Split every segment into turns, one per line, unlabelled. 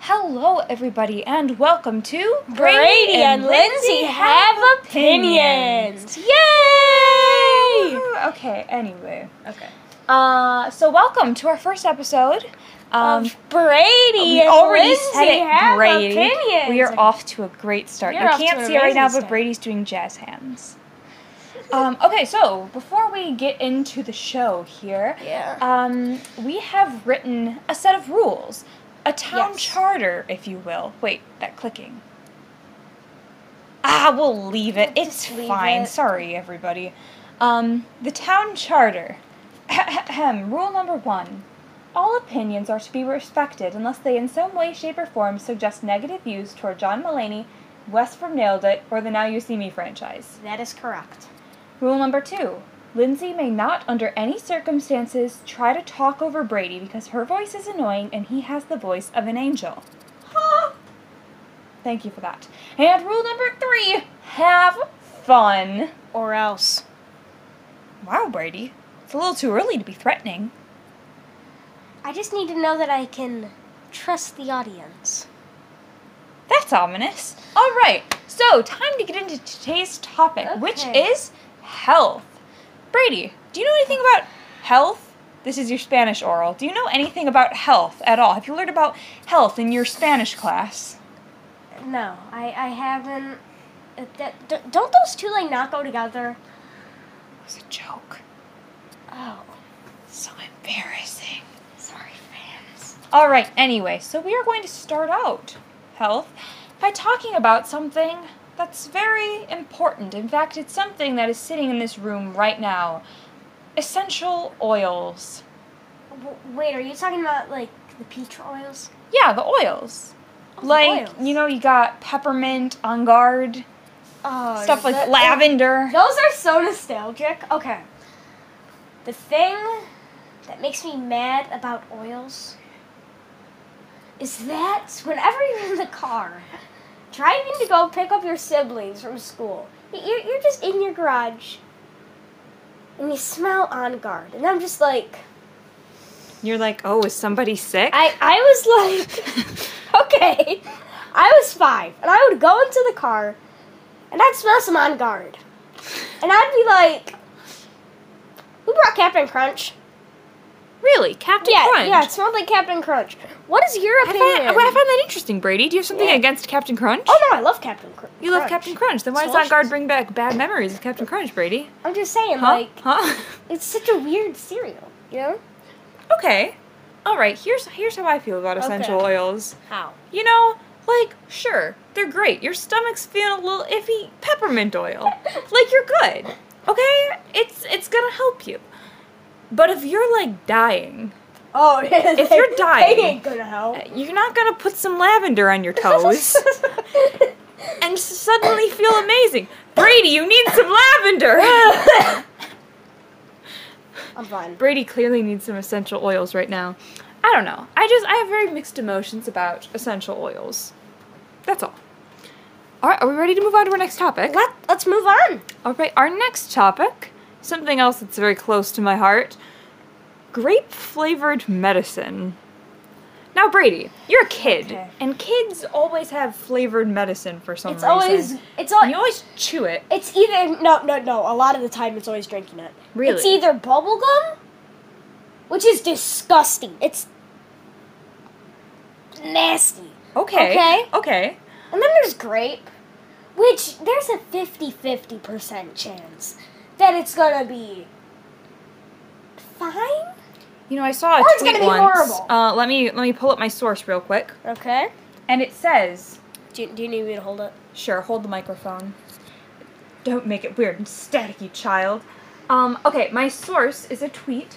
Hello, everybody, and welcome to
Brady and Lindsay have opinions. Yay!
Woo! Okay, anyway. Okay. Uh, so welcome to our first episode. Um,
Of Brady and Lindsay have opinions.
We are off to a great start.
You're
you
off
can't
to a
see it right now,
amazing
but
start.
Brady's doing jazz hands. Um, okay, so before we get into the show here,
Yeah.
um, we have written a set of rules, a town
Yes.
charter, if you will. Wait, that clicking. Ah, we'll leave it.
We'll
it's
just leave
fine.
it.
Sorry, everybody. Um, the town charter. Ahem. Rule number one. All opinions are to be respected unless they in some way, shape, or form suggest negative views toward John Mullaney, West from Nailed It, or the Now You See Me franchise.
That is correct.
Rule number two Lindsay may not, under any circumstances, try to talk over Brady because her voice is annoying and he has the voice of an angel. Huh? Thank you for that. And rule number three have fun.
Or else.
Wow, Brady. It's a little too early to be threatening.
I just need to know that I can trust the audience.
That's ominous. All right, so time to get into today's topic, which
Okay.
is health. Brady, do you know anything about health? This is your Spanish oral. Do you know anything about health at all? Have you learned about health in your Spanish class?
No, I, I haven't. uh, That, d- don't those two like not go together?
It was a joke.
Oh,
So embarrassing.
sorry, fans.
All right, anyway, so we are going to start out health by talking about something that's very important. In fact, it's something that is sitting in this room right now essential oils.
W- wait, are you talking about like the peach oils?
Yeah, the oils.
Oh, the
like,
oils.
you know, you got peppermint, on guard,
Oh,
stuff like
that-
lavender.
Those are so nostalgic. Okay. The thing that makes me mad about oils is that whenever you're in the car, driving to go pick up your siblings from school, y- you're, you're just in your garage and you smell on guard. And I'm just like,
You're like, oh, is somebody sick?
I, I was like, okay, I was five, and I would go into the car, and I'd smell some on guard, and I'd be like, "Who brought Captain Crunch?"
really? Captain
yeah,
Crunch?
yeah, it smelled like Captain Crunch. What is your
I
opinion?
find, I find that interesting, Brady. Do you have something
Yeah.
against Captain Crunch?
oh no, I love Captain Crunch.
you love Captain Crunch. Then why does On
Delicious.
Guard bring back bad memories of Captain Crunch, Brady?
I'm just saying,
Huh?
like,
huh?
it's such a weird cereal, you know?
okay. All right. Here's here's how I feel about essential
Okay.
oils.
How?
You know, like sure, they're great. Your stomach's feeling a little iffy. Peppermint oil, like you're good. Okay, it's it's gonna help you. But if you're like dying,
Oh, if
you're dying-
they ain't gonna help.
you're not gonna put some lavender on your toes and suddenly feel amazing. Brady, you need some lavender.
I'm fine.
Brady clearly needs some essential oils right now. I don't know. I just I have very mixed emotions about essential oils. That's all. All right, are we ready to move on to our next topic?
Let, let's move on.
All right, our next topic, something else that's very close to my heart, grape flavored medicine. Now, Brady, you're a kid,
Okay.
and kids always have flavored medicine for some
It's
reason.
always it's always
you always chew it.
It's either no, no, no. A lot of the time, it's always drinking it.
Really?
It's either bubble gum, which is disgusting. It's nasty.
Okay.
Okay.
Okay.
And then there's grape, which there's a 50-50 percent chance that it's gonna be fine.
You know, I saw a
Or it's
tweet
gonna be
once.
horrible.
Uh, let me let me pull up my source real quick.
Okay.
And it says,
Do, do you need me to hold it?
sure, hold the microphone. Don't make it weird and staticky, child. Um, okay, my source is a tweet,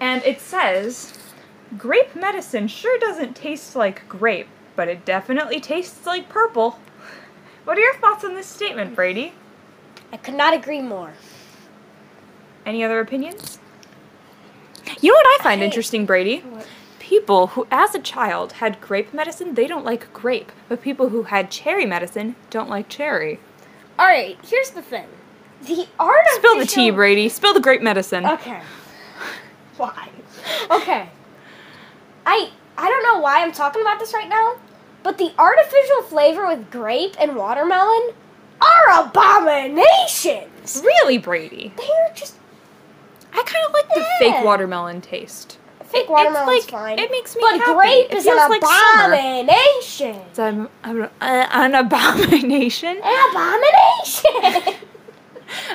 and it says, grape medicine sure doesn't taste like grape, but it definitely tastes like purple. What are your thoughts on this statement, Brady?
I could not agree more.
Any other opinions? You know what I find
I-
interesting, Brady? People who, as a child, had grape medicine, they don't like grape, but people who had cherry medicine don't like cherry.
All right. Here's the thing. The art of
Spill the tea, Brady. Spill the grape medicine.
Okay. Why? Okay. I I don't know why I'm talking about this right now, But the artificial flavor with grape and watermelon are abominations.
Really, Brady?
They're just
I kind of like the fake
Yeah.
watermelon taste.
fake watermelon's
it's like,
fine.
It makes me
but
happy.
grape
It
is
feels
an
like summer.
abomination.
It's an, an, an abomination.
An abomination.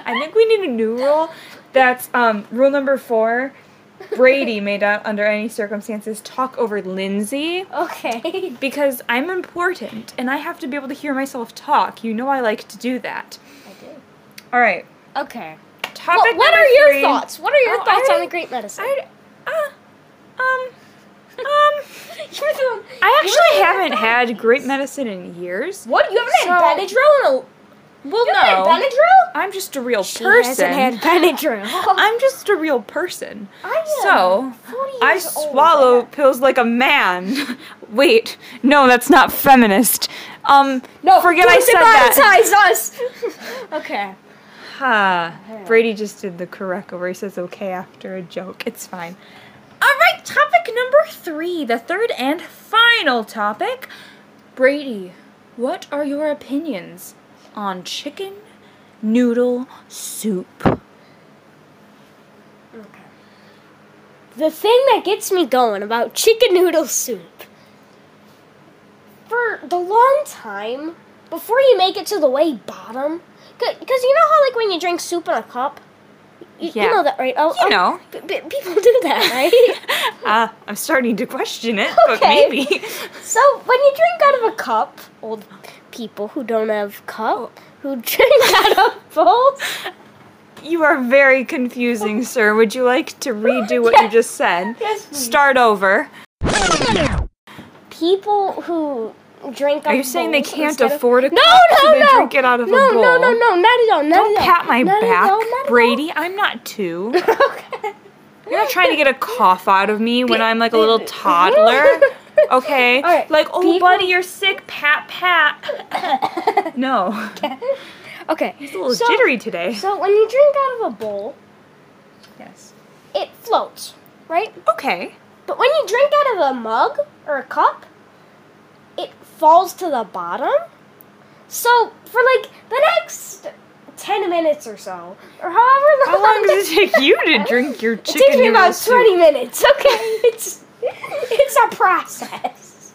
I think we need a new rule. That's um, rule number four. Brady may not, under any circumstances, talk over Lindsay
okay.
because I'm important and I have to be able to hear myself talk. You know I like to do that.
I do.
All right.
Okay.
Topic
Well, what
number
are your
three.
thoughts? What are your
Oh,
thoughts
I-
on the Great Medicine?
I, uh, um, um,
You're the one-
I actually
You're the one
haven't
that-
had great medicine in years.
What? You haven't had
So-
Benadryl in a. Well, you haven't
no.
had Benadryl.
I'm just a real
She
person.
hasn't had Benadryl.
I'm just a real person.
I am
So,
40
I
years old.
swallow pills like a man. Wait, no, that's not feminist. Um,
No,
forget I
don't
said that.
demonetize us. okay.
Ha. Brady just did the correct where he says okay after a joke. It's fine. All right, topic number three, the third and final topic. Brady, what are your opinions on chicken noodle soup?
Okay. The thing that gets me going about chicken noodle soup. For the long time, before you make it to the way bottom, because you know how, like, when you drink soup in a cup? You,
Yeah.
you know that, right? Oh,
You
oh,
know.
b- b- people do that, right?
Uh, I'm starting to question it, but
Okay.
maybe.
So when you drink out of a cup, old people who don't have
Oh.
cup, who drink out of bowls,
You are very confusing, sir. Would you like to redo what you
Yes.
just said?
Yes, please.
Start over.
people who drink out
Are you
of
saying they
bowls
can't
instead of-
afford a
No,
cup,
no,
so they
no.
drink it out of a
no, No,
bowl?
no, no, not at all. Not
Don't
at all.
pat my
not
back,
at all, not at all.
Brady. I'm not two.
okay.
You're not trying to get a cough out of me when I'm like a little
be-
toddler. Okay?
All right,
Like, oh,
people-
buddy, you're sick. Pat, pat. no.
Okay.
It's a little
so,
jittery today.
So when you drink out of a bowl,
Yes.
it floats, right?
Okay.
But when you drink out of a mug or a cup, it falls to the bottom. So for like the next ten minutes or so, or however long.
How long does it take you to drink your
It
chicken
takes me
noodle
about
soup?
twenty minutes. Okay, it's it's a process.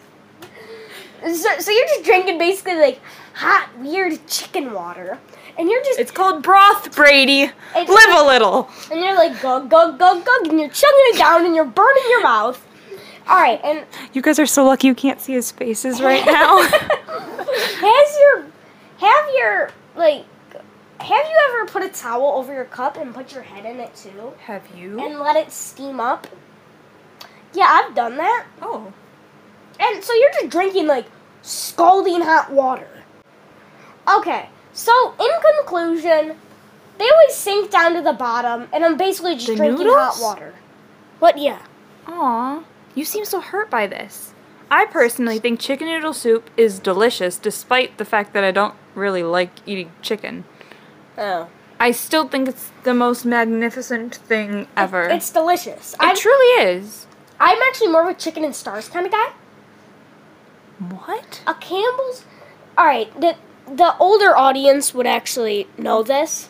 So, so you're just drinking basically like hot weird chicken water, and you're just
It's called broth, Brady.
It's-
Live a little.
and you're like gug gug gug gug, and you're chugging it down, and you're burning your mouth. All right, and
You guys are so lucky you can't see his faces right now.
Has your have your like have you ever put a towel over your cup and put your head in it too
Have you?
and let it steam up? Yeah, I've done that.
Oh.
And so you're just drinking like scalding hot water. Okay. So in conclusion, they always sink down to the bottom and I'm basically just
The
drinking
noodles?
hot water. What yeah.
Aw, you seem so hurt by this. I personally think chicken noodle soup is delicious, despite the fact that I don't really like eating chicken.
Oh.
I still think it's the most magnificent thing ever.
It's delicious.
it
I'm,
truly is.
I'm actually more of a chicken and stars kind of guy.
What?
A Campbell's. All right, the the older audience would actually know this.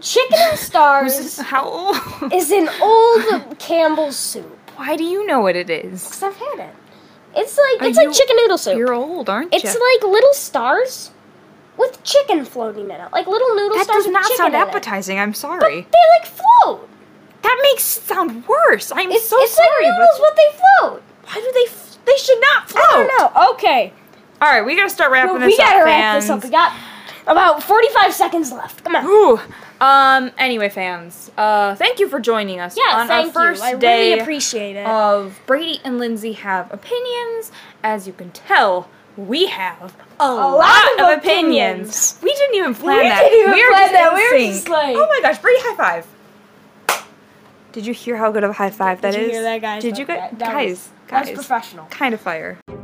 Chicken and
Who's
Stars
this- how old?
is an old Campbell's soup.
Why do you know what it is?
'Cause I've had it. It's like
Are
it's
you-
like chicken noodle soup.
You're old, aren't
it's
you?
like little stars with chicken floating in it, like little noodle
that
stars
does
with
not
chicken
sound
in it.
appetizing. I'm
But
sorry.
they like float.
That makes it sound worse. I'm
It's,
so
it's
sorry.
like
but
noodles,
Oh.
but they float.
why do they? F- they should not float.
I don't know. Okay,
All right, we gotta start wrapping
we
this up,
gotta wrap
fans.
this up. We got about forty-five seconds left. Come on.
Ooh. Um. Anyway, fans, uh, thank you for joining us
Yeah,
on
thank
our first
you. I
day
really appreciate it.
of Brady and Lindsay have opinions. As you can tell, we have a, lot, of opinions.
opinions.
We didn't even plan
We
that.
didn't even
we were
plan
just
that.
in
We were
sync.
just like-
oh my gosh, Brady, high five! Did you hear how good of a high five that is?
Did you hear that, guys?
Did you guys?
That- that was-
Guys,
that was
guys,
professional.
kind of fire.